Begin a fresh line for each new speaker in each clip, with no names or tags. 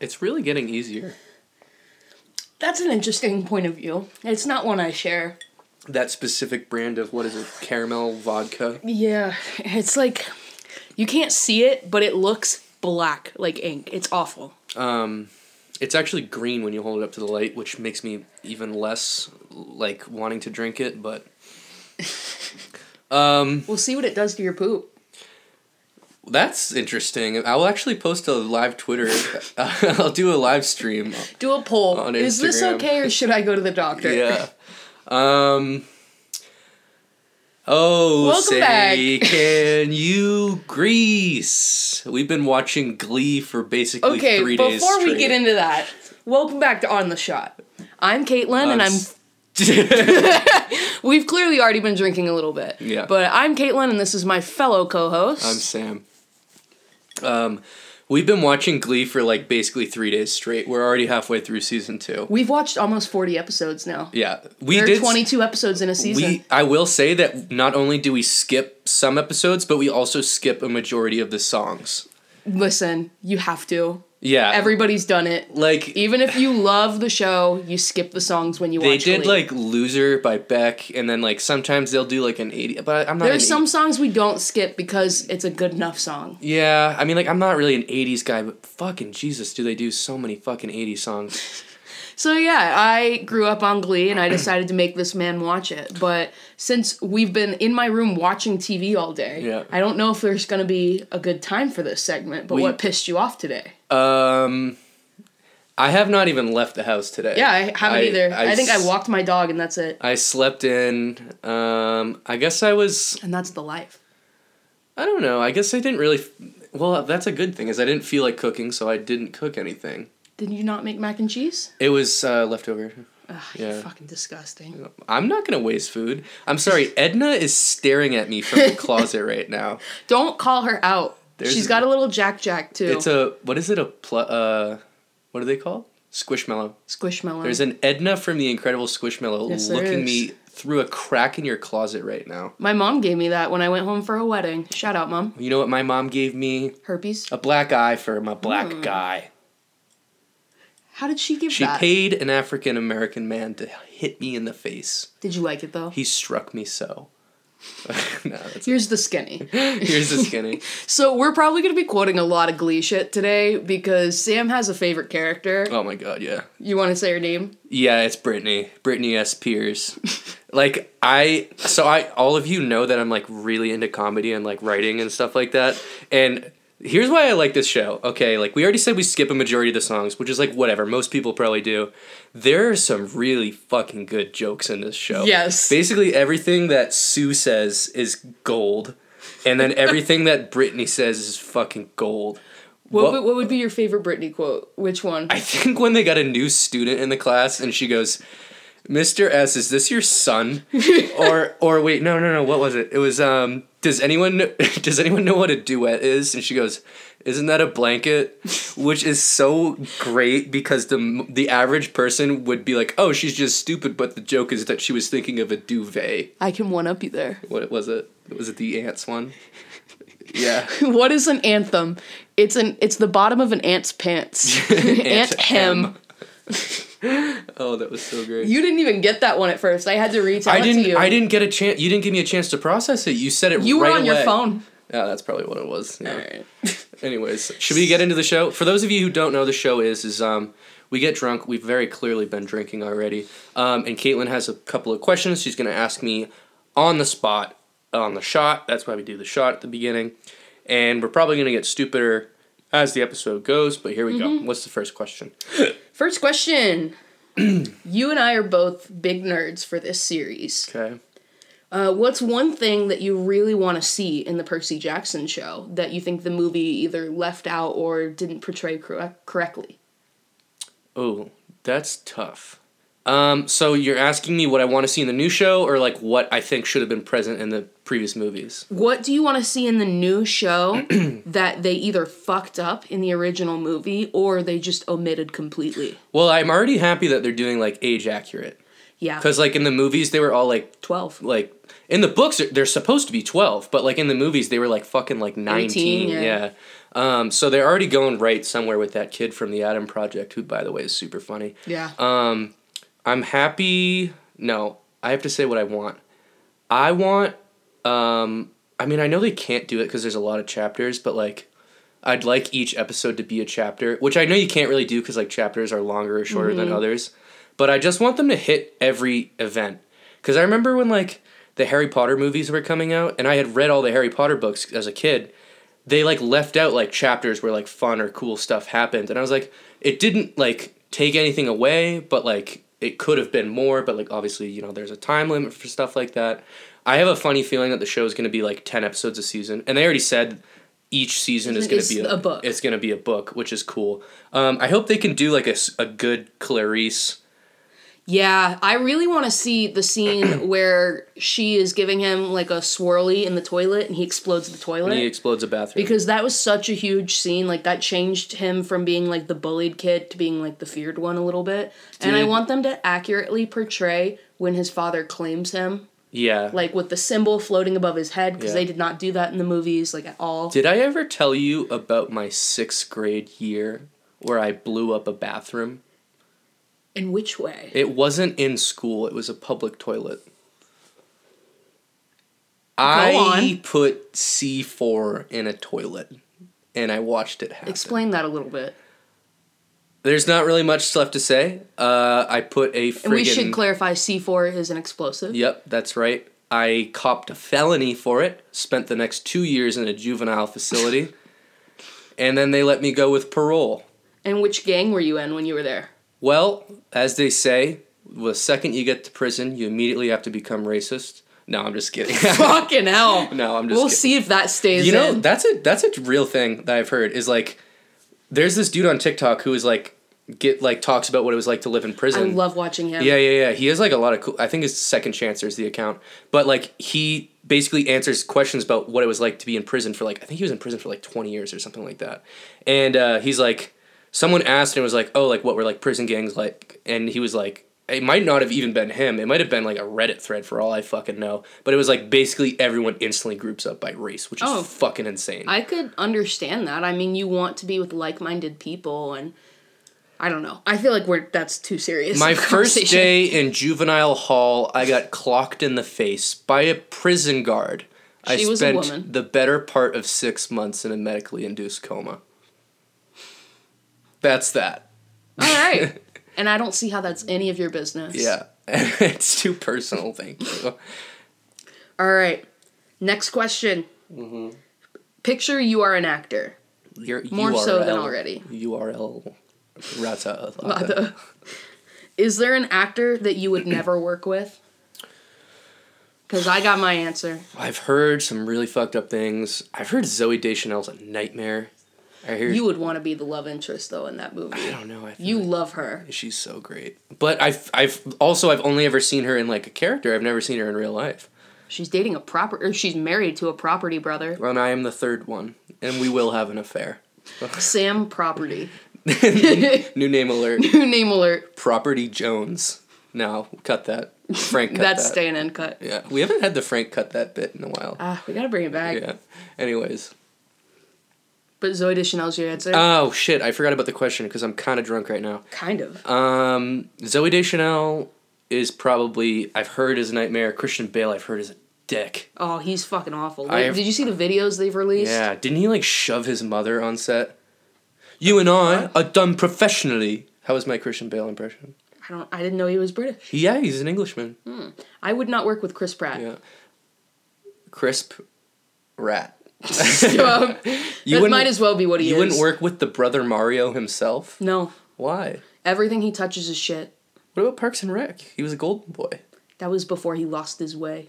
It's really getting easier.
That's an interesting point of view. It's not one I share.
That specific brand of what is it? Caramel vodka.
Yeah, it's like you can't see it, but it looks black like ink. It's awful.
Um, it's actually green when you hold it up to the light, which makes me even less like wanting to drink it. But um,
We'll see what it does to your poop.
that's interesting. I will actually post a live Twitter. I'll do a live stream.
Do a poll.
On
Is this
Instagram.
okay or should I go to the doctor?
Yeah. Um. Oh,
Welcome
say,
back.
can you grease? We've been watching Glee for basically
Okay,
three days.
before we
straight.
get into that, welcome back to On the Shot. I'm Caitlin, and I'm we've clearly already been drinking a little bit.
Yeah.
But I'm Caitlin, and this is my fellow co-host.
I'm Sam. Um, we've been watching Glee for like basically three days straight. We're already halfway through season two.
We've watched almost 40 episodes now.
Yeah, we
there are
did.
22 episodes in a season.
we I will say that not only do we skip some episodes, but we also skip a majority of the songs.
Listen, you have to.
Yeah,
Everybody's done it.
like
Even if you love the show, you skip the songs when you
they
watch
did
Glee.
like "Loser" by Beck, and then like sometimes they'll do like an eighty. But I'm not. an e-,
There's some
80
songs we don't skip because it's a good enough song.
yeah, I mean, like I'm not really an '80s guy, but fucking Jesus, do they do so many fucking '80s songs?
So yeah, I grew up on Glee and I decided to make this man watch it. But since we've been in my room watching TV all day,
Yeah.
I don't know if there's going to be a good time for this segment. But
We-
what pissed you off today?
Um, I have not even left the house today.
Yeah, I haven't either. I, think I
s-
walked my dog and that's it.
I slept in. Um, I guess I was.
And that's the life.
I don't know. I guess I didn't really. f- Well, that's a good thing is I didn't feel like cooking, so I didn't cook anything.
Did you not make mac and cheese?
It was uh, leftover.
Ugh,
Yeah.
you're fucking disgusting.
I'm not gonna waste food. I'm sorry. Edna is staring at me from the closet right now.
Don't call her out.
There's-
She's got a little Jack Jack too.
It's a what is it a pl- uh, what are they called? Squishmallow.
Squishmallow.
There's an Edna from the Incredible Squishmallow
Yes, there
looking
is.
me through a crack in your closet right now.
My mom gave me that when I went home for a wedding. Shout out, mom.
You know what my mom gave me?
Herpes.
A black eye for my black
Hmm.
guy.
How did she give
She
that?
paid an African American man to hit me in the face.
did you like it though?
He struck me so. no, that's
Here's the skinny.
Here's the skinny.
So we're probably gonna be quoting a lot of Glee shit today because Sam has a favorite character.
Oh my god, yeah.
You want to say her name?
Yeah, it's Brittany. Brittany S. Pierce. like I so I all of you know that I'm like really into comedy and like writing and stuff like that. And here's why I like this show. Okay, like we already said we skip a majority of the songs, which is like whatever, most people probably do. There are some really fucking good jokes in this show.
Yes.
Basically everything that Sue says is gold. And then everything that Brittany says is fucking gold.
What,
What-
would, what would be your favorite Britney quote? Which one?
I think when they got a new student in the class and she goes, Mr. S, is this your son? or or wait, no, no, no, what was it? It was um does anyone does anyone know what a duet is? And she goes, isn't that a blanket? Which is so great because the the average person would be like, "Oh, she's just stupid," but the joke is that she was thinking of a duvet.
I can one up you there.
What was it? Was it the ants one? Yeah.
what is an anthem? It's an it's the bottom of an ant's pants. Ant hem.
oh, that was so great.
You didn't even get that one at first. I had to retell
I
it
didn't.
to you.
I didn't get a chance. You didn't give me a chance to process it. You said it.
You were
right
on your
away.
phone.
Yeah, that's probably what it was. Yeah.
All right.
Anyways, should we get into the show? For those of you who don't know, the show is is um we get drunk. We've very clearly been drinking already. Um, and Caitlin has a couple of questions. She's gonna ask me on the spot on the shot. That's why we do the shot at the beginning. And we're probably gonna get stupider as the episode goes. But here we
Mm-hmm.
go. What's the first question?
First question. you and I are both big nerds for this series.
Okay.
Uh, what's one thing that you really want to see in the Percy Jackson show that you think the movie either left out or didn't portray correct- correctly?
Oh, that's tough. Um, so you're asking me what I want to see in the new show, or like what I think should have been present in the previous movies?
What do you want to see in the new show that they either fucked up in the original movie or they just omitted completely?
Well, I'm already happy that they're doing like age accurate.
Yeah.
Because like in the movies, they were all like
12.
like in the books they're- they're supposed to be 12 but like in the movies they were like fucking like 19
yeah.
yeah, Um, so they're already going right somewhere with that kid from the adam project who by the way is super funny
Yeah.
um, i'm happy no i have to say what i want i want um, i mean i know they can't do it because there's a lot of chapters but like i'd like each episode to be a chapter which i know you can't really do because like chapters are longer or shorter than others but i just want them to hit every event because i remember when like the harry potter movies were coming out and i had read all the harry potter books as a kid they like left out like chapters where like fun or cool stuff happened and i was like it didn't like take anything away but like it could have been more but like obviously you know there's a time limit for stuff like that i have a funny feeling that the show is going to be like 10 episodes a season and they already said each season is going
It's
to be
a book.
it's going to be a book which is cool um, i hope they can do like a, s- a good clarice
Yeah, I really want to see the scene where she is giving him like a swirly in the toilet and he explodes the toilet.
he explodes a bathroom
because that was such a huge scene. Like that changed him from being like the bullied kid to being like the feared one a little bit. And I
Dude.
want them to accurately portray when his father claims him,
yeah
like with the symbol floating above his head, because
Yeah.
they did not do that in the movies like at all.
Did I ever tell you about my sixth grade year where I blew up a bathroom?
in which way?
It wasn't in school, it was a public toilet.
on.
I put C4 in a toilet and I watched it happen.
Explain that a little bit.
There's not really much left to say. Uh, I put a friggin'
And we should clarify C four is an explosive.
Yep, that's right. I copped a felony for it, spent the next two years in a juvenile facility, and then they let me go with parole.
And which gang were you in when you were there?
Well, as they say, the second you get to prison, you immediately have to become racist. No, I'm just kidding.
Fucking hell.
no, I'm just
We'll
kidding.
see if that stays
You know,
in.
that's a that's a real thing that I've heard is like there's this dude on TikTok who is like get like talks about what it was like to live in
I
prison.
love watching him.
Yeah, yeah, yeah. He has like a lot of cool. I think his second chancer is the account, but like he basically answers questions about what it was like to be in prison for like I think he was in prison for like twenty years or something like that. And uh, he's like, someone asked and was like, oh, like what were like prison gangs like? And he was like. It might not have even been him. It might have been like a Reddit thread for all I fucking know. But it was like basically everyone instantly groups up by race, which is
Oh.
fucking insane.
I could understand that. I mean, you want to be with like-minded people, and I don't know. I feel like we're that's too serious.
My
of a
first
conversation.
day in juvenile hall, I got clocked in the face by a prison guard. I
She
spent
was a woman.
the better part of six months in a medically induced coma. That's that.
All right, and I don't see how that's any of your business.
Yeah. it's too personal, thank you.
All right. Next question.
Mm-hmm.
Picture you are an actor.
Your
More so than
URL
already.
URL. Rata.
Other- Is there an actor that you would never work with? Because I got my answer.
I've heard some really fucked up things. I've heard Zoe Deschanel's a nightmare. I hear
You would want to be the love interest though in that movie.
I don't know. I feel
You love her.
She's so great. But I've I've also I've only ever seen her in like a character. I've never seen her in real life.
She's dating a proper or she's married to a property brother.
And I am the third one, and we will have an affair.
Sam Property.
New name alert:
Name alert.
Property Jones. No, cut that. Frank, cut
That's
that.
staying uncut.
yeah, we haven't had the Frank cut that bit in a while.
Ah, we gotta bring it back.
yeah. Anyways,
But Zoe Deschanel's your answer.
oh shit, I forgot about the question because I'm kind of drunk right now.
kind of.
Um, Zoe Deschanel is probably I've heard is a nightmare. Christian Bale I've heard is a dick.
oh, he's fucking awful.
I
Like,
have-
did you see the videos they've released?
Yeah, didn't he like shove his mother on set? You and I are done professionally. How was my Christian Bale impression?
I don't. I didn't know he was British.
Yeah, he's an Englishman.
I would not work with Chris Pratt.
Yeah. Crisp rat.
So, um,
You
that
wouldn't-
might as well be what he
You
is.
wouldn't work with the brother Mario himself?
No,
Why?
everything he touches is shit.
What about Parks and Rec? He was a golden boy.
That was before he lost his way.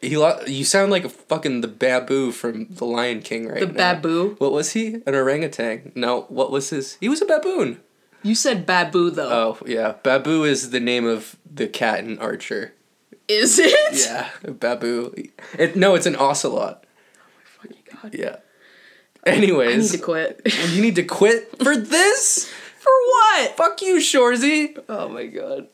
He lo- you sound like a fucking the babu from The Lion King right
The
now.
baboo.
What was he? An orangutan. No, what was his? He was a baboon.
You said baboo though.
Oh, yeah. Babu is the name of the cat in Archer.
Is it?
Yeah, Babu. It, no, it's an ocelot.
Oh my God.
Yeah.
I need
Anyways,
to quit.
you need to quit for this?
For what?
Fuck you, Shorzy.
Oh my god.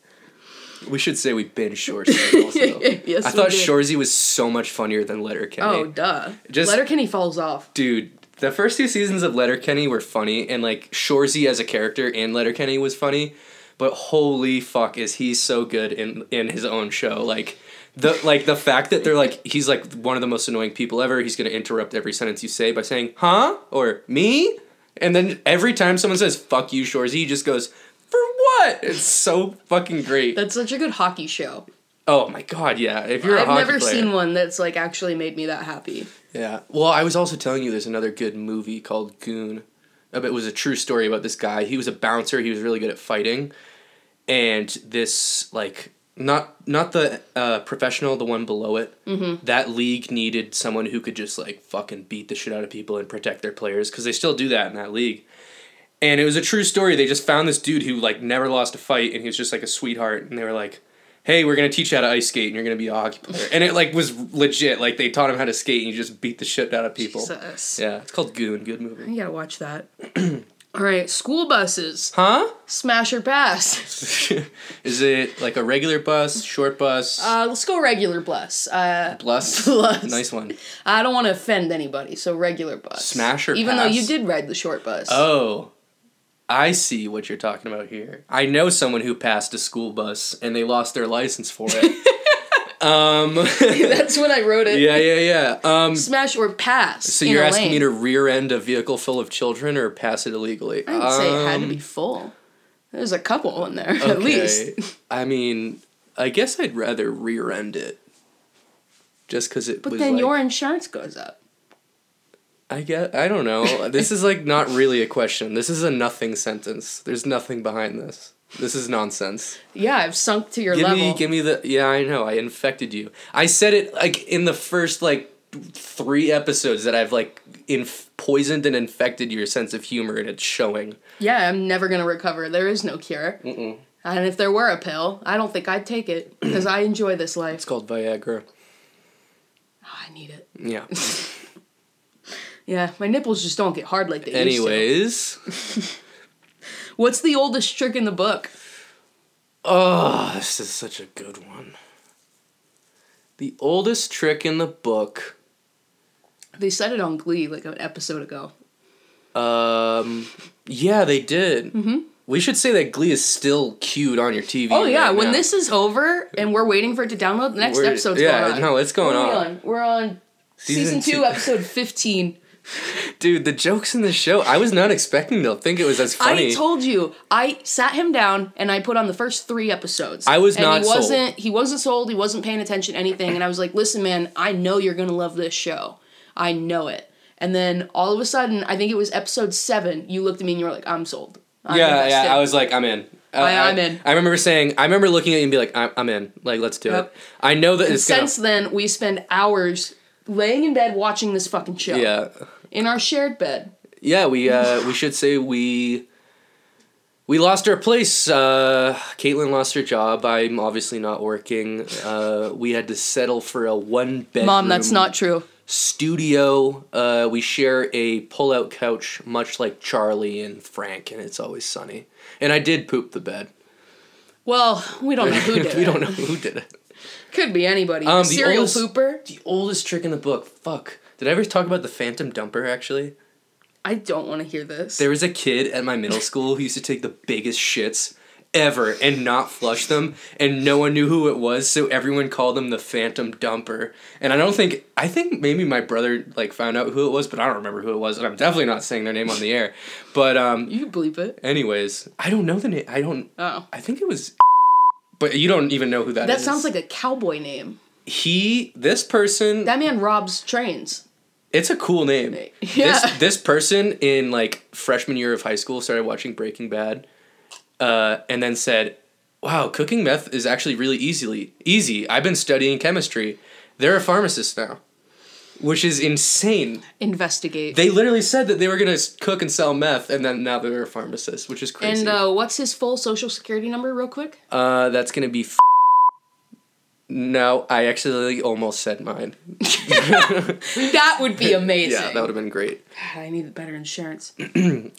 We should say we binge Shorzy. Also.
Yes,
I
we
thought
did.
Shorzy was so much funnier than Letterkenny.
Oh, duh.
Just-
Letterkenny falls off.
dude, the first two seasons of Letterkenny were funny, and like Shorzy as a character in Letterkenny was funny, but holy fuck, is he so good in in his own show? Like the like the fact that they're like he's like one of the most annoying people ever. He's gonna interrupt every sentence you say by saying "huh" or "me," and then every time someone says "fuck you, Shorzy," he just goes. For what? It's so fucking great.
That's such a good hockey show.
Oh my god, yeah. If you're a
I've
hockey
never
player,
seen one that's like actually made me that happy.
Yeah. Well, I was also telling you there's another good movie called Goon. Uh, but It was a true story about this guy. He was a bouncer. He was really good at fighting, and this like not not the uh, professional, the one below it. Mm-hmm. That league needed someone who could just like fucking beat the shit out of people and protect their players because they still do that in that league. And it was a true story. They just found this dude who like never lost a fight, and he was just like a sweetheart. And they were like, "Hey, we're gonna teach you how to ice skate, and you're gonna be a hockey player." And it like was legit. Like they taught him how to skate, and he just beat the shit out of people.
Jesus.
Yeah, it's called Goon. Good movie.
uh, You gotta watch that. All right, school buses.
Huh?
Smash or pass?
Is it like a regular bus, short bus,
Uh, let's go regular bus. Uh,
plus?
plus.
Nice one.
I don't want to offend anybody, so regular bus.
Smash or
Even though you
pass?
did ride the short bus.
Oh, I see what you're talking about here. I know someone who passed a school bus and they lost their license for it. um,
That's when I wrote it.
yeah, yeah, yeah. Um,
Smash or pass.
so you're asking me to rear end a vehicle full of children or pass it illegally?
I would say it had to
Um,
be full. There's a couple in there, at least.
okay. I mean, I guess I'd rather rear end it. Just because it
But
was
then
like,
your insurance goes up.
I guess I don't know. This is like not really a question. This is a nothing sentence. There's nothing behind this. This is nonsense.
Yeah, I've sunk to your
Give
level.
me give me the Yeah, I know. I infected you. I said it like in the first like 3 episodes that I've like inf- poisoned and infected your sense of humor and it's showing.
yeah, I'm never gonna recover. There is no cure. Mm-mm. And if there were a pill, I don't think I'd take it because I enjoy this life.
It's called Viagra.
Oh, I need it.
Yeah.
Yeah, my nipples just don't get hard like they used
Anyways,
to. What's the oldest trick in the book?
oh, this is such a good one. The oldest trick in the book
They said it on Glee like an episode ago.
Um, yeah, they did. Mm-hmm. We should say that Glee is still queued on your TV.
Oh yeah,
right
when
now.
this is over and we're waiting for it to download, the next
We're-
episode's
yeah,
going on.
no, it's going
What are we
on.
We're on
Season
season, two,
two.
episode fifteen.
dude, the jokes in the show, I was not expecting to think it was as funny.
I told you, I sat him down and I put on the first three episodes.
I was
and
not
he
sold.
wasn't he wasn't sold, he wasn't paying attention to anything, and I was like, listen, man, I know you're gonna love this show. I know it. And then all of a sudden, I think it was episode seven, you looked at me and you were like, I'm sold. I'm
yeah,
invested."
yeah, I was like, I'm in. Uh, I,
I- I'm in.
I remember saying, I remember looking at you and be like, I'm, I'm in. Like, let's do
Yep.
it. I know that it's
Since
gonna.
then, we spend hours laying in bed watching this fucking show.
Yeah,
In our shared bed.
yeah. We uh, we should say we we lost our place. Uh, Caitlin lost her job. I'm obviously not working. Uh, we had to settle for a one bedroom.
Mom, that's not true.
studio. Uh, we share a pull-out couch, much like Charlie and Frank, and it's always sunny. And I did poop the bed.
Well, we don't know who did
we
it.
don't know who did it.
Could be anybody.
Um, the
Serial
oldest-
pooper?
The oldest trick in the book. Fuck. Did I ever talk about the phantom dumper? Actually,
I don't want to hear this.
there was a kid at my middle school who used to take the biggest shits ever and not flush them and no one knew who it was so everyone called him the phantom dumper and i don't think i think maybe my brother like found out who it was but i don't remember who it was and i'm definitely not saying their name on the air but um
you can bleep it.
Anyways, I don't know the name. I don't.
Oh.
I think it was. But you don't even know who that is.
That sounds like a cowboy name.
he. This person.
That man robs trains.
it's a cool name.
Yeah.
This this person in like freshman year of high school started watching Breaking Bad, uh, and then said, "Wow, cooking meth is actually really easily easy. I've been studying chemistry. They're a pharmacist now." Which is insane.
Investigate.
They literally said that they were gonna s- cook and sell meth, and then now they're a pharmacist, which is crazy.
and uh, what's his full social security number, real quick?
Uh, that's gonna be. F- no, I actually almost said mine.
That would be amazing.
Yeah, that would have been great.
I need better insurance.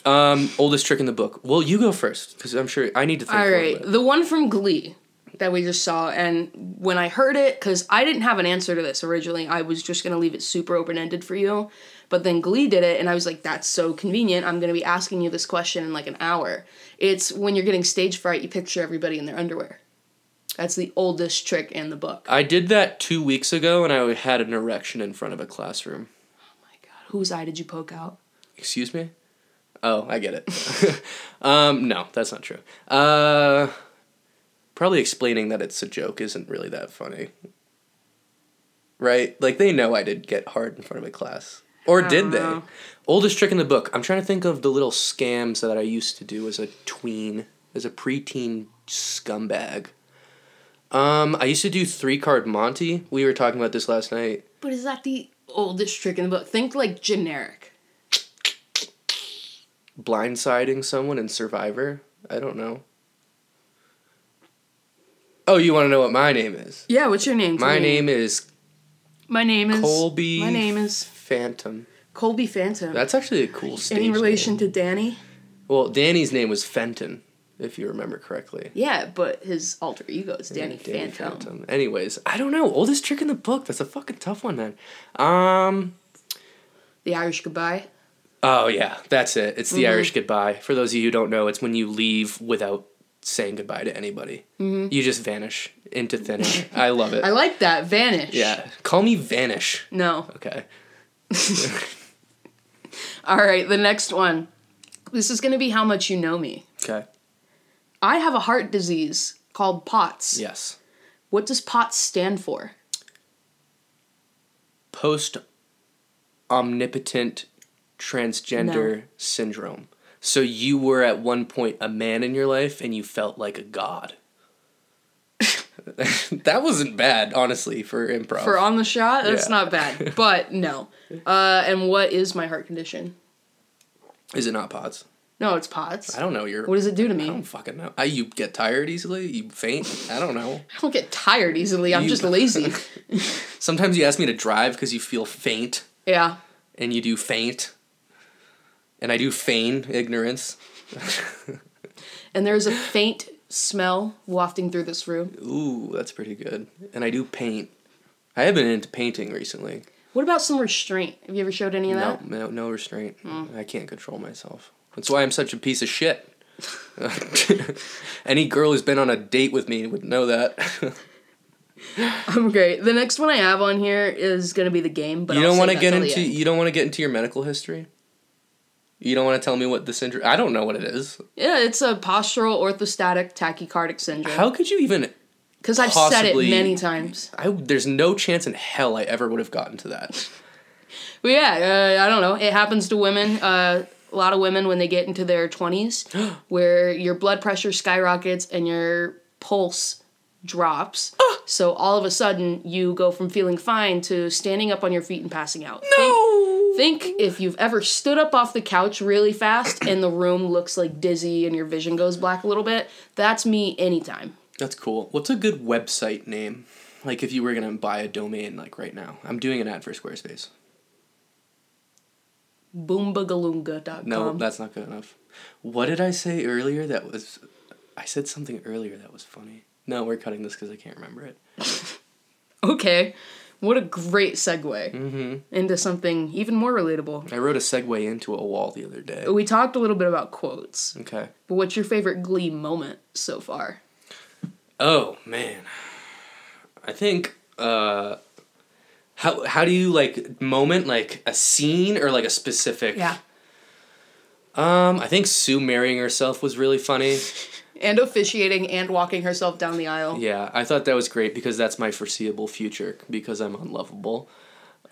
Um, oldest trick in the book. Well, you go first because I'm sure I need to think.
All
a little
right,
bit.
the one from Glee. that we just saw. And when I heard it, because I didn't have an answer to this originally, I was just going to leave it super open ended for you. But then Glee did it, and I was like, that's so convenient. I'm going to be asking you this question in like an hour. It's when you're getting stage fright, you picture everybody in their underwear. That's the oldest trick in the book.
I did that two weeks ago, and I had an erection in front of a classroom.
Whose eye did you poke out?
Excuse me? Oh, I get it. um, no, that's not true. Uh, probably explaining that it's a joke isn't really that funny. Right? Like, they know I did get hard in front of a class. Or
I
did
don't
they?
know.
Oldest trick in the book. I'm trying to think of the little scams that I used to do as a tween, as a preteen scumbag. Um, I used to do three card Monty. We were talking about this last night.
But is that the oldest trick in the book? Think like generic.
blindsiding someone in Survivor? I don't know. Oh, you want to know what my name is?
Yeah, what's your name?
My
Tell me.
name is
My name is
Colby.
My name is
Phantom.
Colby Phantom.
That's actually a cool stage.
Any relation
name.
to Danny?
Well, Danny's name was Fenton, if you remember correctly.
Yeah, but his alter ego is Danny, Phantom.
Anyways, I don't know. Oldest trick in the book. That's a fucking tough one, man. Um.
The Irish Goodbye.
Oh yeah, that's it. It's
Mm-hmm.
the Irish goodbye. For those of you who don't know, it's when you leave without saying goodbye to anybody. You just vanish into thin air. I love it.
Mm-hmm. I like that. Vanish.
Yeah. Call me Vanish.
No.
Okay.
All right, the next one. This is going to be how much you know me.
Okay.
I have a heart disease called POTS.
Yes.
What does POTS stand for?
Post omnipotent transgender syndrome. So you were at one point a man in your life and you felt like a god. that wasn't bad, honestly, for improv.
For on the shot, that's
Oh. Yeah.
not bad, but no. Uh, and what is my heart condition?
Is it not pods?
No, it's POTS.
I don't know. You're.
What does it do to me?
I don't fucking know. I, you get tired easily. You faint. I don't know.
I don't get tired easily. I'm
You-
just lazy.
Sometimes you ask me to drive because you feel faint.
yeah.
and you do faint. And I do feign ignorance.
And there's a faint smell wafting through this room.
Ooh, that's pretty good. And I do paint. I have been into painting recently.
What about some restraint? Have Hmm. you ever showed any of
No,
that?
no, no restraint. I can't control myself. That's why I'm such a piece of shit. Any girl who's been on a date with me would know that.
Okay. The next one I have on here is gonna be the game, but
you
I'll
don't
save
want to
that
get
till the
into
end.
you don't want to get into your medical history. You don't want to tell me what this injury. I don't know what it is.
Yeah, it's a postural orthostatic tachycardic syndrome.
How could you even?
Because I've said
possibly-
it many times.
I there's no chance in hell I ever would have gotten to that.
But yeah, uh, I don't know. It happens to women. Uh, a lot of women when they get into their twenties, where your blood pressure skyrockets and your pulse drops. so all of a sudden, you go from feeling fine to standing up on your feet and passing out. Think-
No.
Think if you've ever stood up off the couch really fast and the room looks like dizzy and your vision goes black a little bit. That's me anytime.
That's cool. What's a good website name? Like if you were gonna buy a domain like right now. I'm doing an ad for Squarespace.
Boombagalunga.com.
No, that's not good enough. What did I say earlier that was I said something earlier that was funny. No, we're cutting this because I can't remember it.
okay. What a great segue
Mm-hmm.
into something even more relatable.
I wrote a segue into a wall the other day.
We talked a little bit about quotes,
Okay.
but what's your favorite Glee moment so far?
Oh man. I think uh how how do you like moment like a scene or like a specific Um I think Sue marrying herself was really funny.
And officiating and walking herself down the aisle.
Yeah, I thought that was great because that's my foreseeable future because I'm unlovable.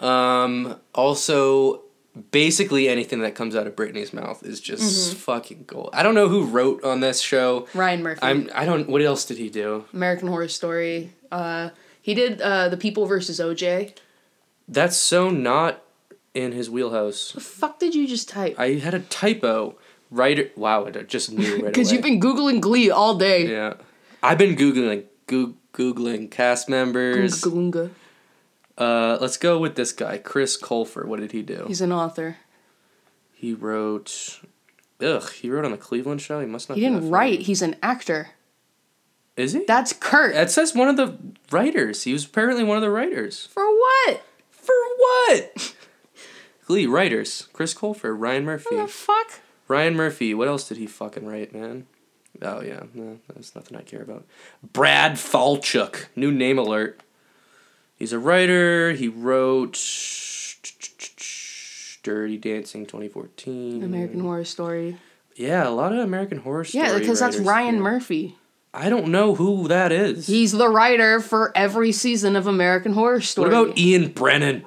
Um, also, basically anything that comes out of Britney's mouth is just fucking gold. I don't know who wrote on this show.
Ryan Murphy.
I'm. I don't. What else did he do?
American Horror Story. Uh, he did uh, The People versus OJ.
That's so not in his wheelhouse.
The fuck did you just type?
I had a typo. Writer. Wow, I just knew right away.
Because you've been Googling Glee all day.
Yeah, I've been googling. Goo- Googling cast members.
Goonga.
Uh, let's go with this guy, Chris Colfer. What did he do?
He's an author.
He wrote. Ugh, he wrote on the Cleveland show. He must not.
He
be
didn't
that
write, he's an actor.
funny. Is he?
That's Kurt.
That says one of the writers. He was apparently one of the writers.
For what?
For what? Glee writers: Chris Colfer, Ryan Murphy.
The fuck?
Ryan Murphy. What else did he fucking write, man? Oh yeah, no, that's nothing I care about. Brad Falchuk. New name alert. He's a writer. He wrote Dirty Dancing 2014.
American Horror Story.
Yeah, a lot of American Horror Story.
Yeah, because that's
writers.
Ryan
Yeah.
Murphy.
I don't know who that is.
He's the writer for every season of American Horror
What
Story.
about Ian Brennan?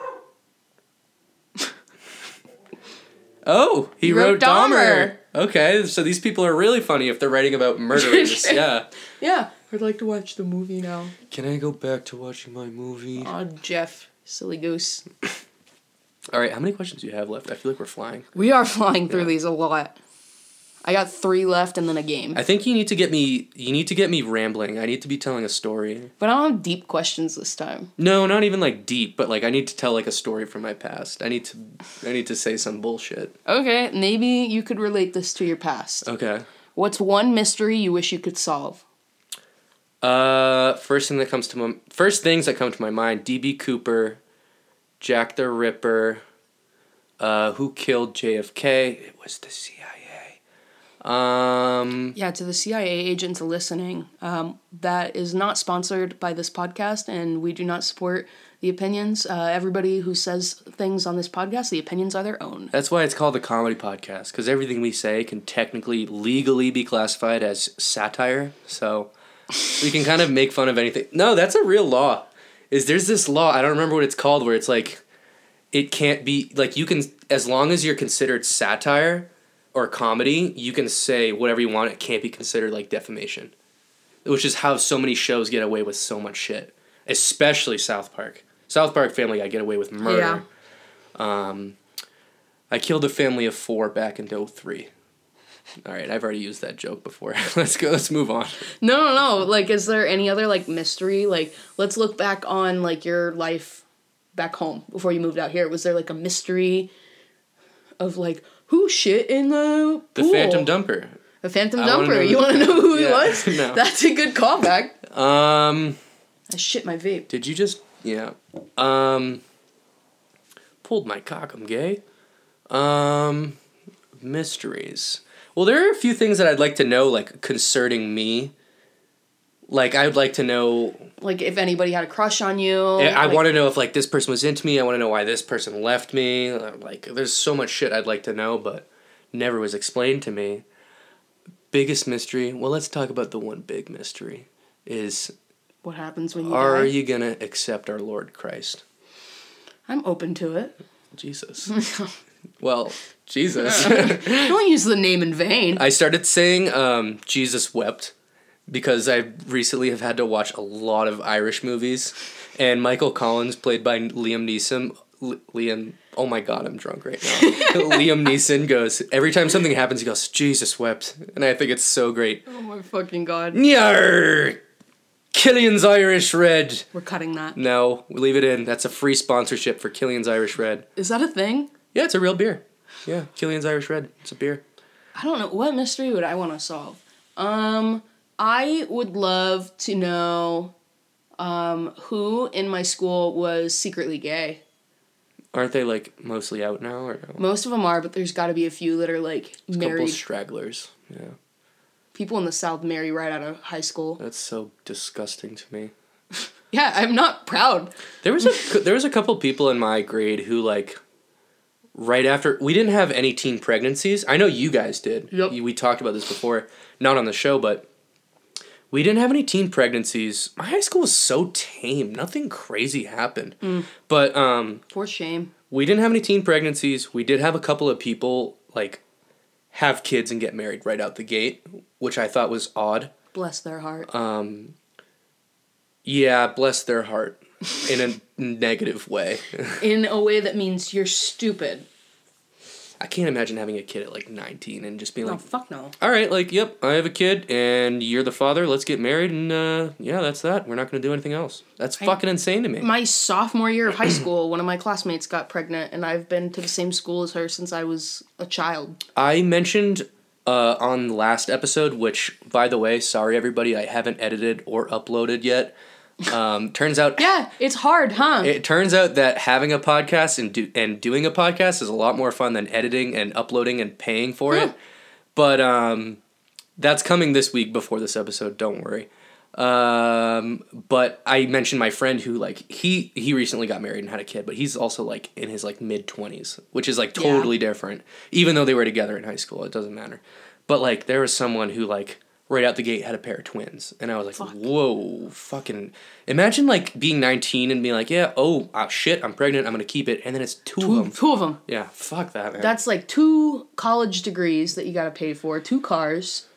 oh, he,
He
wrote,
wrote
Dahmer.
Dahmer.
Okay, so these people are really funny if they're writing about murderers. yeah.
Yeah. I'd like to watch the movie now.
Can I go back to watching my movie?
Aw, Jeff. Silly goose.
All right, how many questions do you have left? I feel like we're flying.
We are flying through these a lot. I got three left and then a game.
I think you need to get me. You need to get me rambling. I need to be telling a story.
But I don't have deep questions this time.
No, not even like deep, but like I need to tell like a story from my past. I need to. I need to say some bullshit.
Okay, maybe you could relate this to your past.
Okay.
What's one mystery you wish you could solve?
Uh, first thing that comes to my first things that come to my mind: DB Cooper, Jack the Ripper. Uh, who killed JFK? It was the CIA. Um,
Yeah, to the CIA agents listening, um, that is not sponsored by this podcast, and we do not support the opinions. Uh, everybody who says things on this podcast, the opinions are their own.
that's why it's called the comedy podcast because everything we say can technically legally be classified as satire. So we can kind of make fun of anything. No, that's a real law. Is there's this law? I don't remember what it's called where it's like it can't be like you can as long as you're considered satire or comedy, you can say whatever you want. It can't be considered like defamation, which is how so many shows get away with so much shit, especially South Park. South Park Family Guy get away with murder. Um, I killed a family of four back in 03. All right, I've already used that joke before. let's go. Let's move on.
No, no, no. Like, is there any other like mystery? Like, let's look back on like your life back home before you moved out here. Was there like a mystery of like who shit in the
The
pool?
Phantom Dumper.
The Phantom
I wanna
Dumper.
know
you
who-
want to know who he
Yeah,
was?
no.
That's a good callback.
Um,
I shit my vape.
did you just yeah? Um, pulled my cock. I'm gay. Um, mysteries. Well, there are a few things that I'd like to know, like concerning me. Like I'd like to know.
Like, if anybody had a crush on you.
I- I
like-
want to know if like this person was into me. I want to know why this person left me. uh, Like there's so much shit I'd like to know, but never was explained to me. Biggest mystery. Well, let's talk about the one big mystery. Is
What happens when you
Are
die?
you gonna accept our Lord Christ?
I'm open to it.
Jesus. well, Jesus.
Don't use the name in vain.
I started saying um, Jesus wept because I recently have had to watch a lot of Irish movies, and Michael Collins, played by Liam Neeson, L- Liam. Oh my God, I'm drunk right now. Liam Neeson goes every time something happens. He goes, "Jesus wept," and I think it's so great.
oh my fucking god.
Nyar, Killian's Irish Red.
We're cutting that.
No, we leave it in. That's a free sponsorship for Killian's Irish Red.
Is that a thing?
Yeah, it's a real beer. Yeah, Killian's Irish Red. It's a beer.
I don't know what mystery would I want to solve. Um, I would love to know um, who in my school was secretly gay.
Aren't they like mostly out now or no?
Most of them are, but there's got to be a few that are like
Couple
married
stragglers. Yeah,
people in the South marry right out of high school.
that's so disgusting to me.
Yeah, I'm not proud.
There was a there was a couple people in my grade who like right after we didn't have any teen pregnancies. I know you guys did.
Yep.
You- We talked about this before, not on the show, but we didn't have any teen pregnancies. My high school was so tame. Nothing crazy happened.
Mm.
But um
For shame.
we didn't have any teen pregnancies. We did have a couple of people like have kids and get married right out the gate, which I thought was odd.
Bless their heart.
Uh. Um, Yeah, bless their heart in a negative way.
in a way that means you're stupid.
I can't imagine having a kid at like 19 and just being
No,
like,
fuck no.
all right, like, yep, I have a kid and you're the father. Let's get married and uh, yeah, that's that. We're not going to do anything else. That's fucking insane to me.
My sophomore year of high school, one of my classmates got pregnant, and I've been to the same school as her since I was a child.
I mentioned uh, uh, on the last episode, which, by the way, sorry everybody, I haven't edited or uploaded yet. Um, turns out,
Yeah, it's hard, huh?
it turns out that having a podcast and do, and doing a podcast is a lot more fun than editing and uploading and paying for it. But um, that's coming this week before this episode. Don't worry. Um, but I mentioned my friend who like he he recently got married and had a kid, but he's also like in his like mid twenties, which is like
Yeah.
totally different. Even though they were together in high school, it doesn't matter. But like there was someone who like right out the gate had a pair of twins, and I was like, whoa, fucking! Imagine like being nineteen and being like, yeah, oh uh, shit, I'm pregnant, I'm gonna keep it, and then it's two, of them.
two of them.
Yeah, fuck that man.
That's like two college degrees that you got to pay for, two cars.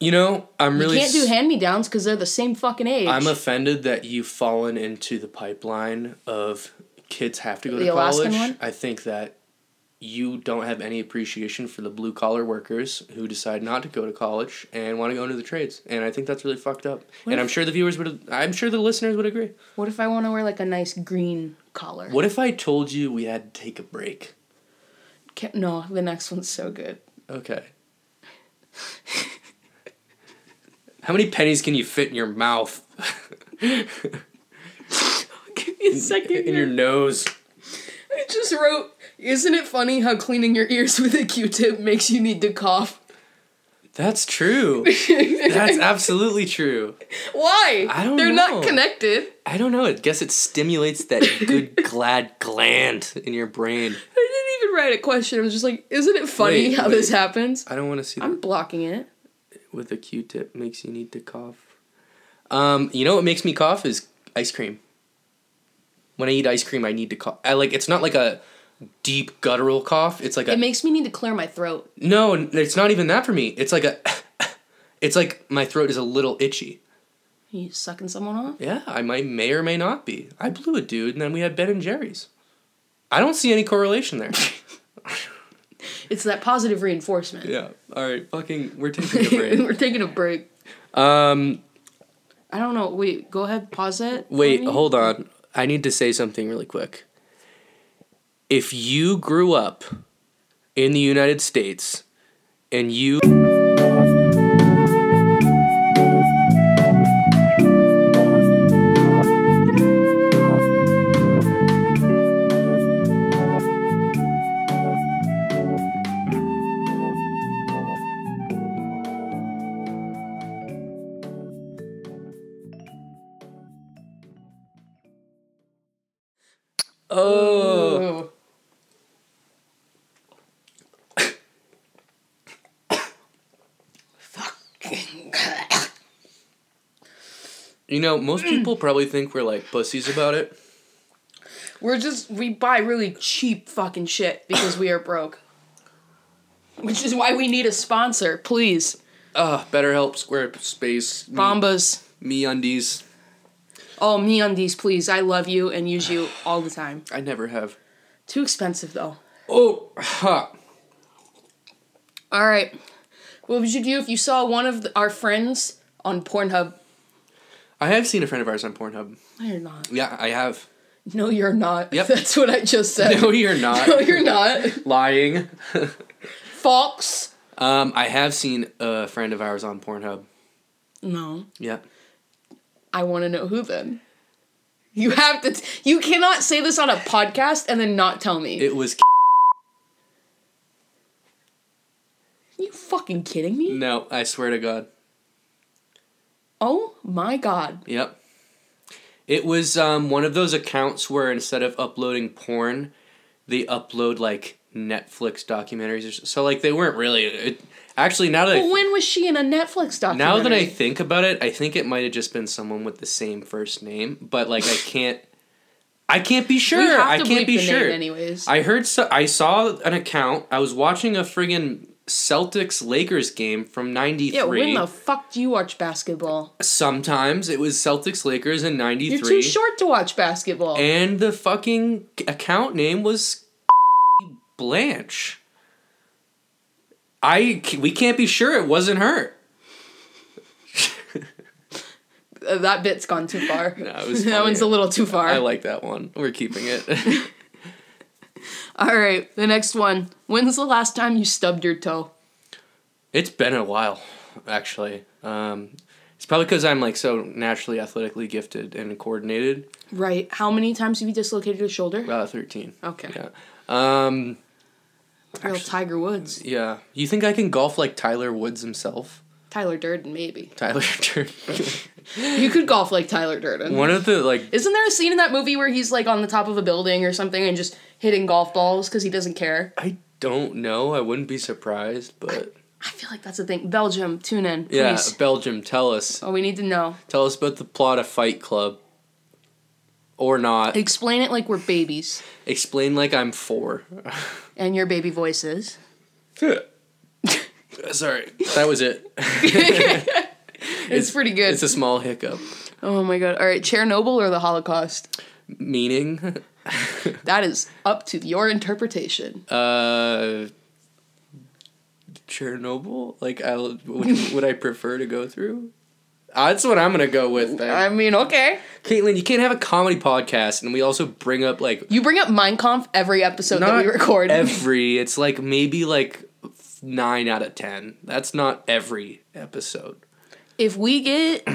you know, I'm
You
really
can't do hand me downs because they're the same fucking age.
I'm offended that you've fallen into the pipeline of kids have to go
The
to
Alaskan
college.
one?
I think that you don't have any appreciation for the blue collar workers who decide not to go to college and want to go into the trades. And I think that's really fucked up. and I'm sure the viewers would I'm sure the listeners would agree.
what if I want to wear like a nice green collar?
What if I told you we had to take a break?
Ca- no, the next one's so good.
Okay. How many pennies can you fit in your mouth?
Give me a second.
in your nose?
I just wrote, isn't it funny how cleaning your ears with a Q-tip makes you need to cough?
That's true. That's absolutely true.
Why?
I don't
They're
know.
not connected.
I don't know. I guess it stimulates that good glad gland in your brain.
I didn't even write a question. I was just like, isn't it funny
Wait,
how this
wait.
happens?
I don't want to see
I'm blocking it.
that with a Q-tip makes you need to cough. Um, you know what makes me cough is ice cream. When I eat ice cream, I need to cough. I like it's not like a deep guttural cough. It's like a
It makes me need to clear my throat.
no. It's not even that for me. It's like a. it's like my throat is a little itchy.
you sucking someone off?
Yeah, I might may or may not be. I blew a dude, and then we had Ben and Jerry's. I don't see any correlation there.
It's that positive reinforcement.
yeah. All right. Fucking. We're taking a break.
We're taking a break.
Um,
I don't know. Wait, go ahead. Pause it.
wait,
Tony.
hold on. I need to say something really quick. If you grew up in the United States and you Oh,
Oh. Fucking
you know, most people probably think we're like pussies about it.
We're just we buy really cheap fucking shit because we are broke. Which is why we need a sponsor, please.
Ah, BetterHelp, Squarespace, me,
Bombas.
me undies.
Oh, me on these, please. I love you and use you all the time.
I never have.
Too expensive though.
Oh, ha.
All right. What would you do if you saw one of the- our friends on Pornhub?
I have seen a friend of ours on Pornhub.
No, you're not.
Yeah, I have.
No, you're not.
Yep.
That's what I just said.
No, you're
No,
not
you're not.
lying.
Fox.
Um, I have seen a friend of ours on Pornhub.
No.
Yeah.
I want to know who then. You have to. T- you cannot say this on a podcast and then not tell me.
It was
you fucking kidding me?
No, I swear to God.
Oh my god.
Yep. It was um, one of those accounts where instead of uploading porn, they upload like Netflix documentaries. Or so. so like they weren't really. It, actually, now that I,
But when was she in a Netflix documentary?
now that I think about it, I think it might have just been someone with the same first name. But like I can't. I can't be sure.
we have
I
to
can't
bleep
be
the
sure.
Name anyways.
I heard so I saw an account. I was watching a friggin' Celtics Lakers game from 93.
yeah, when the fuck do you watch basketball?
Sometimes it was Celtics Lakers in 93.
You're too short to watch basketball.
And the fucking account name was Blanche. I c- we can't be sure it wasn't her.
Uh, that bit's gone too far.
No, it was
that
funny.
one's a little too far.
I like that one. We're keeping it.
All right, the next one. When's the last time you stubbed your toe?
It's been a while, actually. Um, it's probably because I'm like so naturally athletically gifted and coordinated.
Right. How many times have you dislocated your shoulder?
Uh, thirteen.
Okay.
Yeah. Um,
Real Tiger Woods.
yeah. You think I can golf like Tyler Woods himself?
Tyler Durden, maybe.
Tyler Durden.
You could golf like Tyler Durden.
One of the like
Isn't there a scene in that movie where he's like on the top of a building or something and just hitting golf balls because he doesn't care?
I don't know. I wouldn't be surprised, but
I feel like that's a thing. Belgium, tune in, please.
yeah, Belgium. Tell us.
Oh, we need to know.
Tell us about the plot of Fight Club. Or not.
Explain it like we're babies
Explain like I'm four.
and your baby voices.
Sorry, that was it.
It's pretty good.
It's a small hiccup.
oh my god. All right, Chernobyl or the Holocaust?
Meaning,
That is up to your interpretation.
uh, Chernobyl. Like, I which would I prefer to go through? Uh, that's what I'm gonna go with. then.
I mean, okay.
Caitlin, you can't have a comedy podcast and we also bring up like
You bring up Mein Kampf every episode that
not
we record.
every. It's like maybe like nine out of ten. That's not every episode.
if we get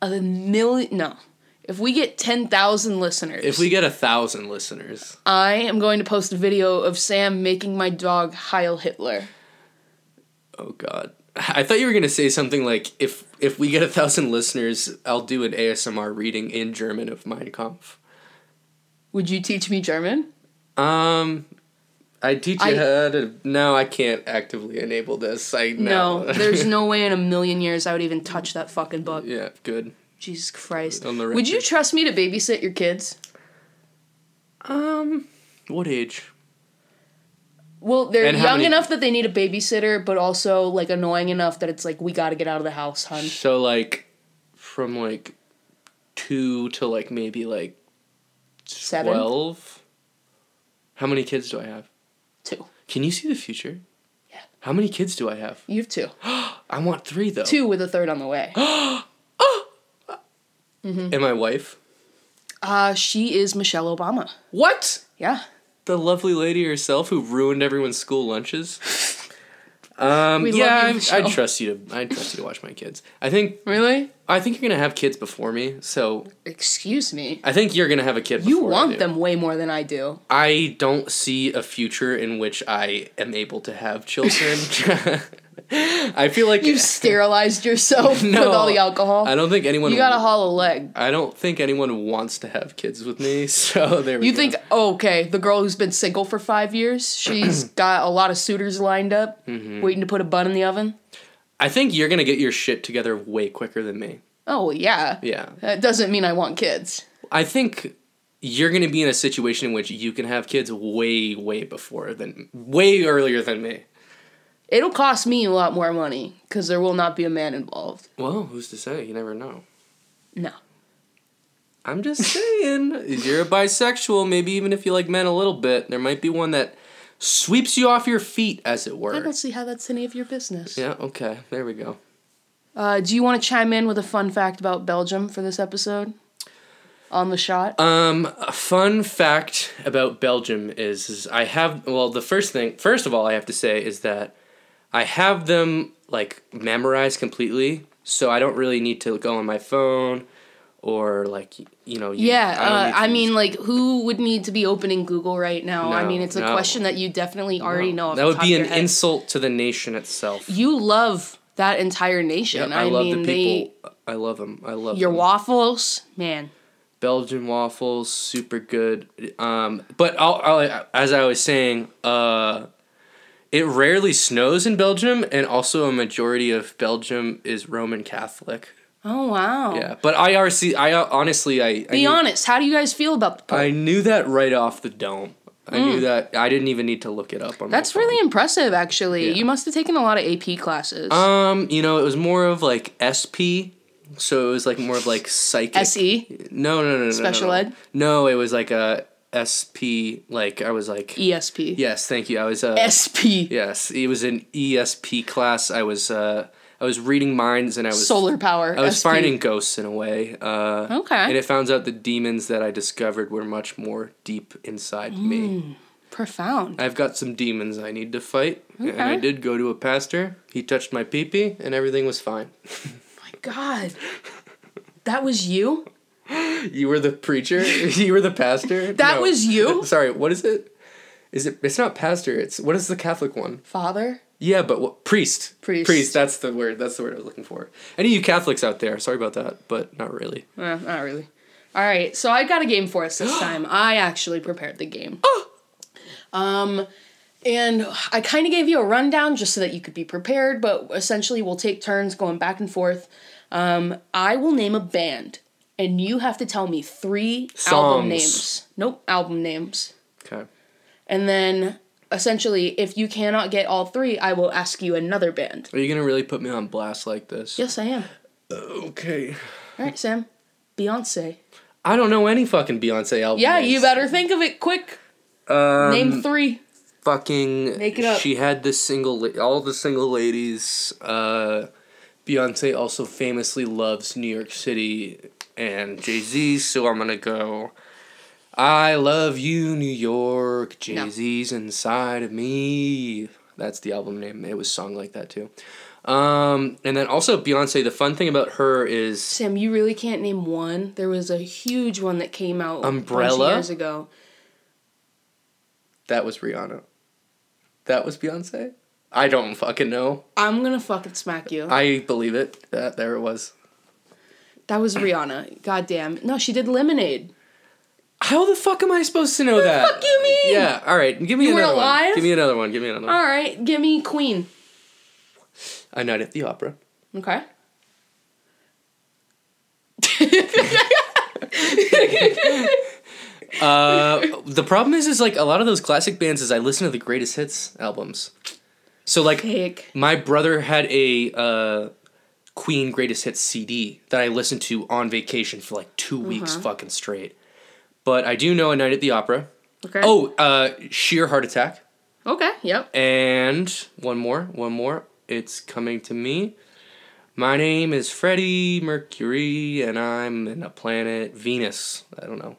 a million, no. If we get 10,000 listeners,
If we get a thousand listeners,
I am going to post a video of Sam making my dog Heil Hitler.
Oh God, I thought you were gonna say something like if if we get a thousand listeners, I'll do an ASMR reading in German of Mein Kampf.
Would you teach me German?
Um, I teach
I-
you how to. No, I can't actively enable this. I
No.
no.
there's no way in a million years I would even touch that fucking book.
yeah, good.
Jesus Christ.
On the
Would you
record.
trust me to babysit your kids?
Um, what age?
Well, they're
And how
young
many-
enough that they need a babysitter, but also like annoying enough that it's like we got to get out of the house, hun.
So like, from like two to like maybe like
Seven,
twelve. How many kids do I have?
two.
Can you see the future?
Yeah.
How many kids do I have?
You have two,
I want three though.
two with a third on the way. Mm-hmm.
And my wife.
Uh, she is Michelle Obama.
What?
Yeah.
the lovely lady herself who ruined everyone's school lunches. Um,
We love you,
yeah, I,
Michelle.
I trust you to I trust you to watch my kids. I think
Really?
I think you're gonna have kids before me, so
Excuse me.
I think you're gonna have a kid. Before
You
I
want
do.
them way more than I do.
I don't see a future in which I am able to have children. I feel like
You sterilized yourself with all the alcohol.
I don't think anyone.
you got a hollow leg.
I don't think anyone wants to have kids with me. So there we
You
go.
think, oh, okay, the girl who's been single for five years, she's got a lot of suitors lined up,
Mm-hmm.
waiting to put a bun in the oven?
I think you're gonna get your shit together way quicker than me.
Oh, well, yeah.
Yeah.
That doesn't mean I want kids.
I think you're going to be in a situation in which you can have kids way, way before than, way earlier than me.
It'll cost me a lot more money because there will not be a man involved.
Well, who's to say? You never know.
No.
I'm just saying, if you're a bisexual, maybe even if you like men a little bit, there might be one that sweeps you off your feet, as it
I
were.
don't see how that's any of your business.
Yeah, okay, there we go.
Uh, do you want to chime in with a fun fact about Belgium for this episode? On the shot?
Um, a fun fact about Belgium is, is I have well the first thing first of all I have to say is that I have them like memorized completely, so I don't really need to go on my phone or like you know you,
yeah,
don't
I,
need
uh,
to
I
use-
mean, like, who would need to be opening Google right now? I
No,
mean, it's a
no.
question that you definitely already know. off
that
the
would
top
be
of
an
your head.
insult to the nation itself.
You love that entire nation. I,
I, love
mean,
the people. I love them. I love
They, your
them.
waffles, man.
Belgian waffles, super good. Um, but I'll, I'll, as I was saying, uh, it rarely snows in Belgium, and also a majority of Belgium is Roman Catholic.
Oh wow.
Yeah, but IRC, I honestly, I I
Be
knew,
honest. How do you guys feel about the Pope?
I knew that right off the dome. I knew that. I didn't even need to look it up. On my
Mm. That's
phone.
really impressive, actually.
Yeah.
You must have taken a lot of AP classes.
Um, you know, it was more of like SP, so it was like more of like psychic.
SE,
No, no, no, no, no,
E? Special
no.
ed?
No, it was like a SP. Like I was like.
E ESP,
Yes, thank you. I was uh,
SP,
yes, it was an ESP class. I was uh, I was reading minds and I was
solar E power.
I was
SP.
finding ghosts in a way. Uh,
Okay. Mm.
And it found out the demons that I discovered were much more deep inside me.
Profound.
I've got some demons I need to fight. And I
Okay.
did go to a pastor. He touched my pee-pee and everything was fine.
my God. That was you?
You were the preacher? you were the pastor?
That was you?
Sorry, what is it? Is it it's not pastor, it's what is the Catholic one?
Father?
Yeah, but what priest.
Priest.
Priest, that's the word. That's the word I was looking for. Any of you Catholics out there, sorry about that, but not really.
Uh, not really. All right, so I got a game for us this time. I actually prepared the game.
Oh!
Um, and I kind of gave you a rundown just so that you could be prepared, but essentially we'll take turns going back and forth. Um, I will name a band, and you have to tell me three
Songs.
album names. Nope, album names.
Okay.
And then essentially, if you cannot get all three, I will ask you another band.
Are you gonna really put me on blast like this?
Yes, I am.
Okay.
All right, Sam. Beyonce.
I don't know any fucking Beyonce album.
Yeah, you
names.
better think of it quick.
Um,
Name three.
fucking
Make it up.
she had the single la- all the single ladies uh beyonce also famously loves new york city and jay-z so i'm gonna go i love you new york jay-z's inside of me that's the album name it was sung like that too um and then also beyonce the fun thing about her is
Sam, you really can't name one. There was a huge one that came out a bunch of
Umbrella?
years ago.
that was rihanna that was beyonce i don't fucking know
I'm gonna fucking smack you.
i believe it uh, there it was
that was Rihanna. Goddamn. No, she did Lemonade.
How the fuck am I supposed to know that?
fuck you mean?
Yeah, all right. Give me
You were
another
alive? Uh.
one. Give me another one. Give me another one.
All right, give me Queen.
A Night at the Opera.
Okay.
Uh, the problem is, is like a lot of those classic bands is I listen to the greatest hits albums. So like,
Fake.
my brother had a uh, Queen greatest hits CD that I listened to on vacation for like 2
Uh-huh.
weeks fucking straight. But I do know A Night at the Opera.
Okay.
Oh, uh, Sheer Heart Attack.
Okay. Yep.
And one more, one more. It's coming to me. My name is Freddie Mercury, and I'm in a planet Venus. I don't know.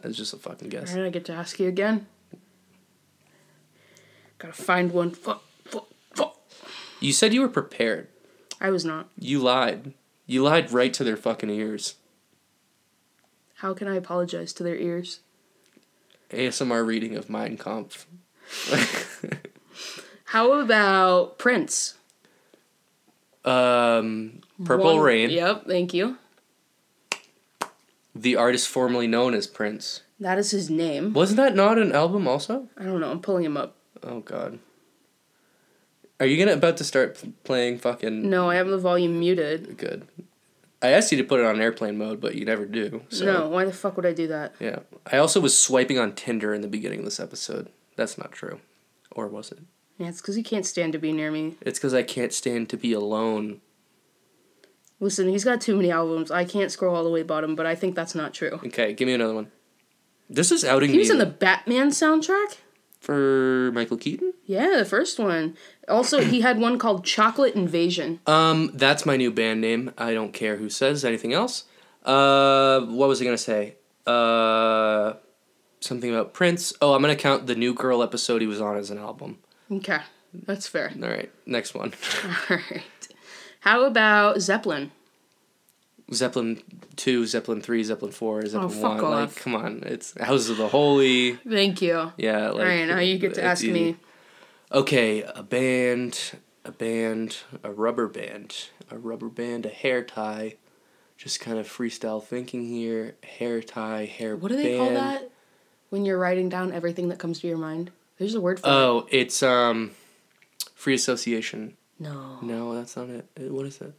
That's just a fucking
All
guess.
right, I get to ask you again. Gotta find one. Fuck. Fuck. Fuck.
You said you were prepared.
I was not.
You lied. You lied right to their fucking ears.
How can I apologize to their ears?
ASMR reading of Mein Kampf.
How about Prince?
um, Purple
One-
Rain,
Yep. Thank you.
the artist formerly known as Prince.
That is his name.
Wasn't that not an album also?
I don't know. I'm pulling him up.
Oh god. Are you gonna about to start p- playing fucking
No, I have the volume muted.
good. I asked you to put it on airplane mode, but you never do. So.
No, why the fuck would I do that?
Yeah. I also was swiping on Tinder in the beginning of this episode. That's not true. Or was it?
Yeah, it's because he can't stand to be near me.
It's because I can't stand to be alone.
Listen, he's got too many albums. I can't scroll all the way bottom, but I think that's not true.
Okay, give me another one. This is outing
He was
me
in the Batman soundtrack?
for Michael Keaton.
Yeah, the first one. Also, he had one called Chocolate Invasion.
Um, that's my new band name. I don't care who says anything else. Uh, what was I gonna say? Uh, something about Prince. Oh, I'm gonna count the New Girl episode he was on as an album.
Okay, that's fair.
All right, next one.
Alright. How about Zeppelin?
Zeppelin two, Zeppelin three, Zeppelin four, Zeppelin one.
Oh, fuck
Like,
off.
come on, it's House of the Holy.
Thank you.
Yeah, like.
Alright, now you get
it's
to ask
easy.
me.
Okay, a band, a band, a rubber band, a rubber band, a hair tie. Just kind of freestyle thinking here. Hair tie, hair.
What do they call
band.
that? When you're writing down everything that comes to your mind? There's a word for it.
Oh, it's um, free association.
No.
No, that's not it. It- What is it?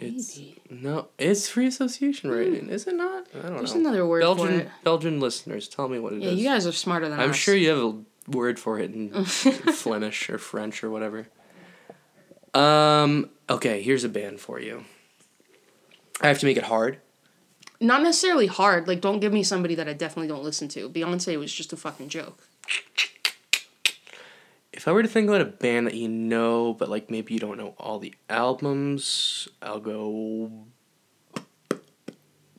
It's
Maybe.
no, it's free association writing, is it not? I don't
There's
know.
another word for
Belgian,
it.
Belgian listeners, tell me what it is.
Yeah, you guys are smarter than us.
I'm sure you have a word for it in Flemish or French or whatever. Um. Okay, here's a band for you. I have to make it hard.
not necessarily hard. Like, don't give me somebody that I definitely don't listen to. Beyonce was just a fucking joke.
If I were to think about a band that you know, but like maybe you don't know all the albums, I'll go.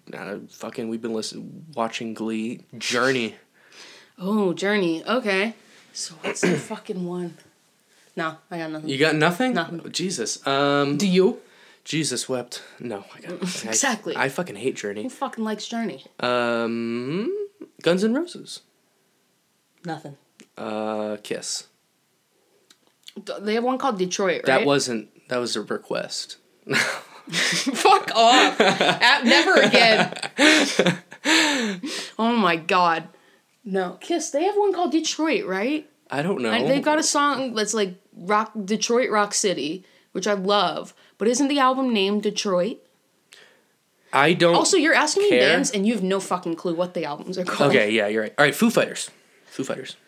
Nah, fucking, we've been listening, watching Glee, Journey.
Oh, Journey. Okay. So what's the fucking one? No, I got nothing.
You got nothing?
Nothing.
Oh, Jesus. Um,
Do you?
Jesus wept. No, I got nothing. I-
Exactly.
I, fucking hate Journey.
Who fucking likes Journey?
Um, Guns N' Roses.
Nothing.
Uh, Kiss.
D- They have one called Detroit, right?
That wasn't. That was a request.
Fuck off. At- never again. oh my god. No. Kiss, they have one called Detroit, right?
I don't know.
And They got a song that's like rock Detroit Rock City, which I love. But isn't the album named Detroit?
I don't.
Also, you're asking me
Care?
bands and you have no fucking clue what the albums are called.
okay. Yeah, you're right. All right. Foo Fighters. Foo Fighters.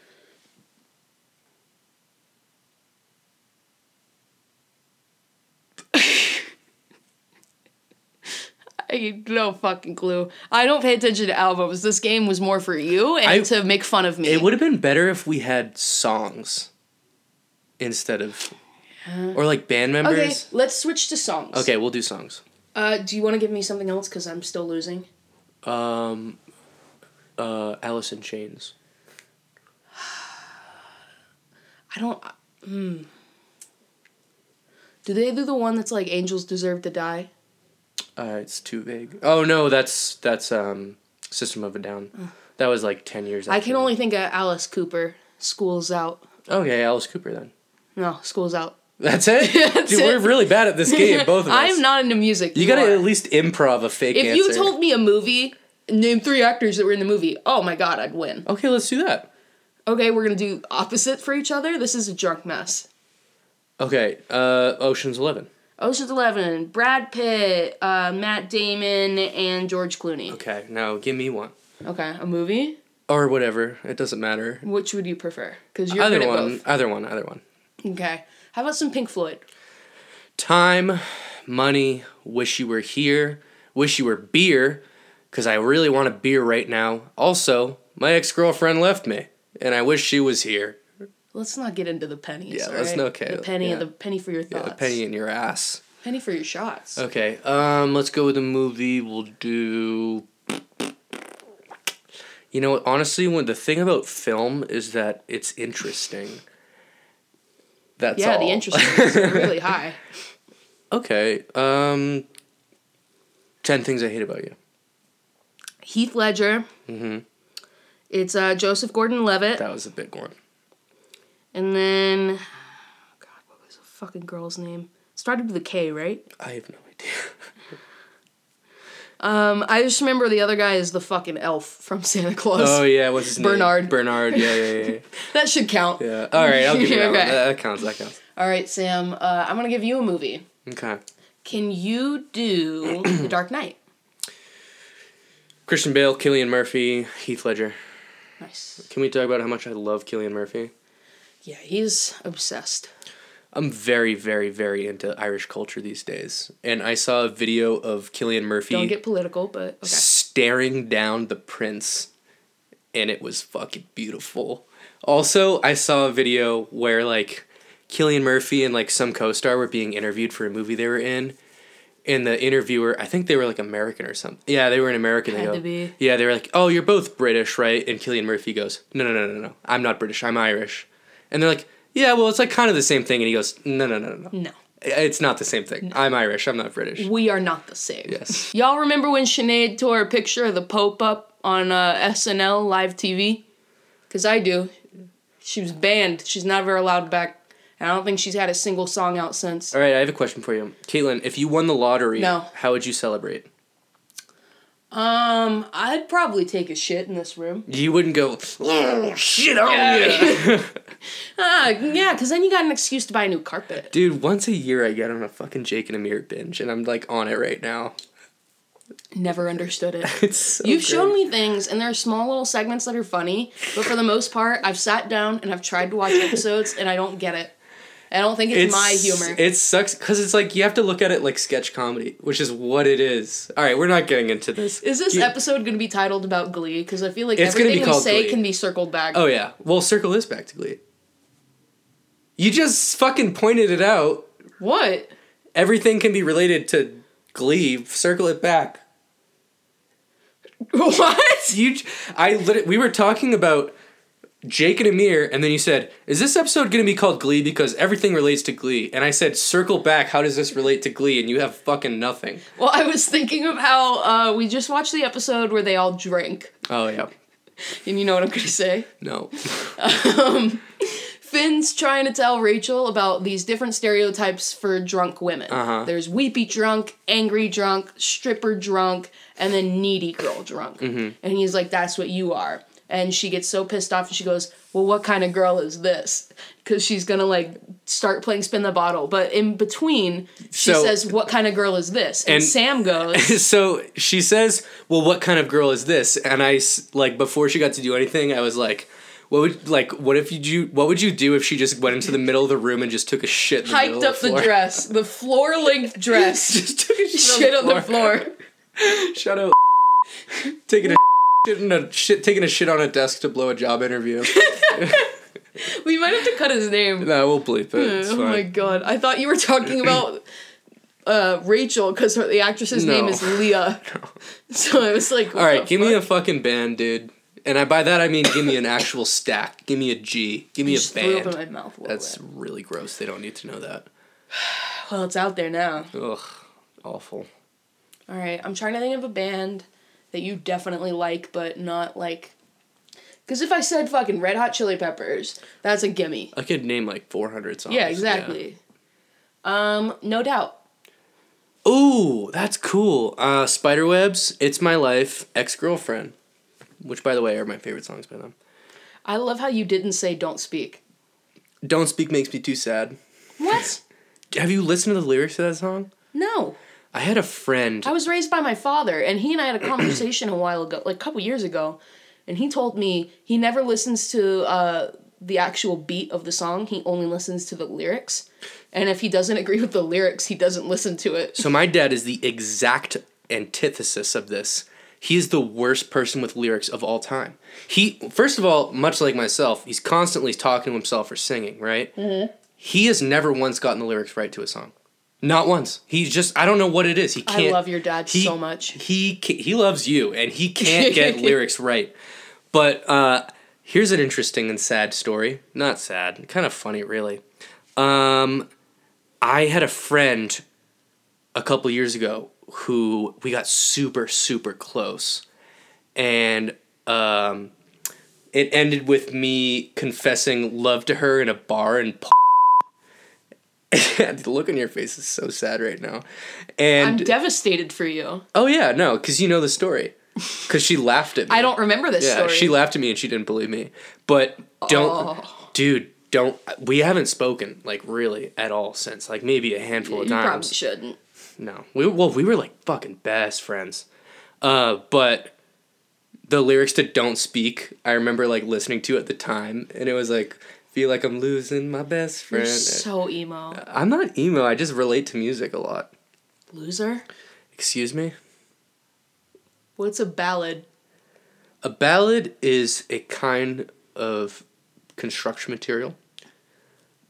I have no fucking clue. I don't pay attention to albums. This game was more for you and
I-
to make fun of me.
It would have been better if we had songs instead of, or like band
okay,
members.
let's switch to songs.
Okay, we'll do songs.
Uh, do you want to give me something else? Because I'm still losing.
Um, uh, Alice in Chains.
I don't. Hmm. Do they do the one that's like angels deserve to die?
Uh, it's too vague. Oh no, that's that's um System of a Down. That was like ten years.
I
after
can
that.
only think of Alice Cooper. School's out.
Okay, Alice Cooper then.
No, school's out.
That's it. Dude,
it.
we're really bad at this game, both of us.
I'm not into music.
You gotta
are.
at least improv a fake
If
answer.
you told me a movie, name three actors that were in the movie. Oh my god, I'd win.
Okay, let's do that.
Okay, we're gonna do opposite for each other. This is a drunk mess.
Okay, uh, Ocean's Eleven.
Ocean's Eleven, Brad Pitt, uh, Matt Damon, and George Clooney.
Okay, now give me one
Okay, a movie.
or whatever. It doesn't matter.
Which would you prefer? Because you're good
Either
at
one, either one, either one.
both. Okay. How about some Pink Floyd?
Time, money. Wish you were here. Wish you were beer, because I really want a beer right now. Also, my ex girlfriend left me, and I wish she was here.
Let's not get into the pennies.
Yeah,
all
that's
right?
not okay.
The penny,
Yeah.
the penny for your thoughts.
A penny in your ass.
Penny for your shots.
Okay, um, let's go with a movie. We'll do. You know what? Honestly, when the thing about film is that it's interesting. That's
yeah, the
all.
interest rates are really high.
Okay. Um. Ten things I hate about you.
Heath Ledger. Mm-hmm. It's uh, Joseph Gordon-Levitt,
That was a big one.
and then, God, what was the fucking girl's name? Started with a K, right?
I have no idea.
Um, I just remember the other guy is the fucking elf from Santa Claus.
Oh yeah, what's his
Bernard.
name? Bernard. Bernard. Yeah, yeah, yeah.
That should count.
yeah. yeah. All right, I'll give you that one.
Okay.
That, that counts. That counts.
All right, Sam. Uh, I'm gonna give you a movie.
Okay.
Can you do The Dark Knight?
Christian Bale, Killian Murphy, Heath Ledger.
Nice.
Can we talk about how much I love Killian Murphy?
Yeah, he's obsessed.
I'm very, very, very into Irish culture these days, and I saw a video of Killian Murphy
Don't get political, but okay.
staring down the prince and it was fucking beautiful. Also, I saw a video where like Killian Murphy and like some co-star were being interviewed for a movie they were in. And the interviewer, I think they were like American or something. Yeah, they were an American. They
Had
go,
to be.
Yeah, they were like, "Oh, you're both British, right?" And Killian Murphy goes, "No, no, no, no, no. I'm not British. I'm Irish." And they're like, "Yeah, well, it's like kind of the same thing." And he goes, "No, no, no, no, no.
No.
It's not the same thing. I'm Irish. I'm not British."
We are not the same.
Yes.
Y'all remember when Sinead tore a picture of the Pope up on uh, SNL live TV? Because I do. She was banned. She's never allowed back. And I don't think she's had a single song out since.
All right, I have a question for you, Caitlin. If you won the lottery,
No.
how would you celebrate?
Um, I'd probably take a shit in this room.
You wouldn't go "Oh, shit on ya."
Ah, yeah, because then you got an excuse to buy a new carpet.
dude. Once a year, I get on a fucking Jake and Amir binge, and I'm like on it right now.
Never understood it.
It's so
You've
great.
shown me things, and there are small little segments that are funny, but for the most part, I've sat down and I've tried to watch episodes, and I don't get it. I don't think
It's-
it's, my humor.
It sucks because it's like you have to look at it like sketch comedy, which is what it is. All right, we're not getting into this.
Is this
You-
episode going to be titled about Glee? Because I feel like
It's gonna be
everything we
called
say
Glee.
can be circled back.
Oh yeah, well, circle this back to Glee. You just fucking pointed it out.
What?
Everything can be related to Glee. Circle it back.
What?
you i lit- we were talking about Jake and Amir, and then you said, "Is this episode going to be called Glee because everything relates to Glee?" And I said, "Circle back. How does this relate to Glee?" And you have fucking nothing.
Well, I was thinking of how uh, we just watched the episode where they all drink,
Oh yeah,
and you know what I'm gonna say.
no.
Finn's trying to tell Rachel about these different stereotypes for drunk women.
Uh-huh.
There's weepy drunk, angry drunk, stripper drunk, and then needy girl drunk.
Mm-hmm.
And he's like, "That's what you are." And she gets so pissed off, and she goes, "Well, what kind of girl is this?" Because she's gonna like start playing spin the bottle. But in between, she
So-
says, "What kind of girl is this?" And,
And-
Sam goes,
so she says, "Well, what kind of girl is this?" And I s- like before she got to do anything, I was like, "What would like what if you do? What would you do if she just went into the middle of the room and just took a shit?" In the middle
"Hiked
of
up the
floor?
dress, the floor length dress,
just took a shit,
shit on the floor."
Shut up. taking a shit in a shit taking a shit on a desk to blow a job interview.
We might have to cut his name.
no, we'll bleep it. It's
oh
fine.
my god! I thought you were talking about uh, Rachel because the actress's
No.
name is Leah. So I was like,
All right, give me a fucking band, dude. And I by that I mean give me an actual stack. Give me a G. Give me a
Just threw up in my
band.
mouth. A little
That's
bit.
really gross. They don't need to know that.
well, it's out there now.
Ugh, awful.
All right, I'm trying to think of a band that you definitely like, but not like. Because if I said fucking Red Hot Chili Peppers, that's a gimme.
I could name like 400 songs.
Yeah, exactly. Um, no doubt.
Ooh, that's cool. Uh, Spiderwebs, It's My Life, Ex Girlfriend, which by the way are my favorite songs by them.
I love how you didn't say "Don't Speak."
Don't Speak Makes Me Too Sad.
What?
Have you listened to the lyrics to that song?
No.
I had a friend.
I was raised by my father, and he and I had a conversation a while ago, like a couple years ago, and he told me he never listens to uh, the actual beat of the song. He only listens to the lyrics, and if he doesn't agree with the lyrics, he doesn't listen to it.
So my dad is the exact antithesis of this. He is the worst person with lyrics of all time. He first of all, much like myself, he's constantly talking to himself or singing, right? Mm-hmm. He has never once gotten the lyrics right to a song. Not once. He's just I don't know what it is. He
I
can't
love your dad
he-
so much.
He ca- he loves you and he can't get lyrics right. But uh here's an interesting and sad story. Not sad, kind of funny really. Um I had a friend a couple years ago who we got super super close and um it ended with me confessing love to her in a bar in P- the look on your face is so sad right now
I'm
and
devastated for you.
oh yeah no because you know the story because she laughed at me
I don't remember this
yeah,
story. Oh.
she laughed at me and she didn't believe me. But don't, dude, don't. We haven't spoken like really at all since like maybe a handful
you
of
probably
times.
shouldn't.
No, we well we were like fucking best friends. Uh, but the lyrics to "Don't Speak," I remember like listening to at the time, and it was like feel like I'm losing my best
You're
friend.
so emo,
I'm not emo. I just relate to music a lot.
loser.
Excuse me.
What's a ballad?
A ballad is a kind of construction material,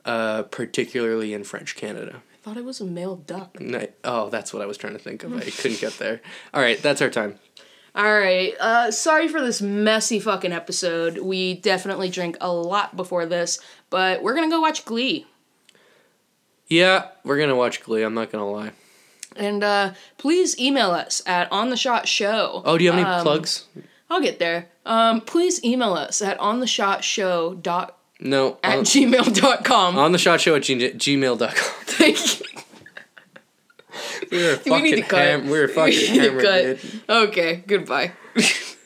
uh, particularly in French Canada.
I thought it was a male duck.
And I- oh, that's what I was trying to think of. I couldn't get there. All right, that's our time.
All right. Uh, sorry for this messy fucking episode. We definitely drank a lot before this, but we're gonna go watch Glee.
Yeah, we're gonna watch Glee. I'm not gonna lie.
And uh, please email us at ontheshotshow.
Oh, do you have any
Um,
plugs?
I'll get there. Um, please email us at ontheshotshow dot
No.
at
On,
gmail dot com.
on the shot show at g- gmail.com.
Thank you.
We were
We need to
fucking
cut.
ham. We were
We
fucking
need to
hammered, dude.
cut. Okay. Goodbye.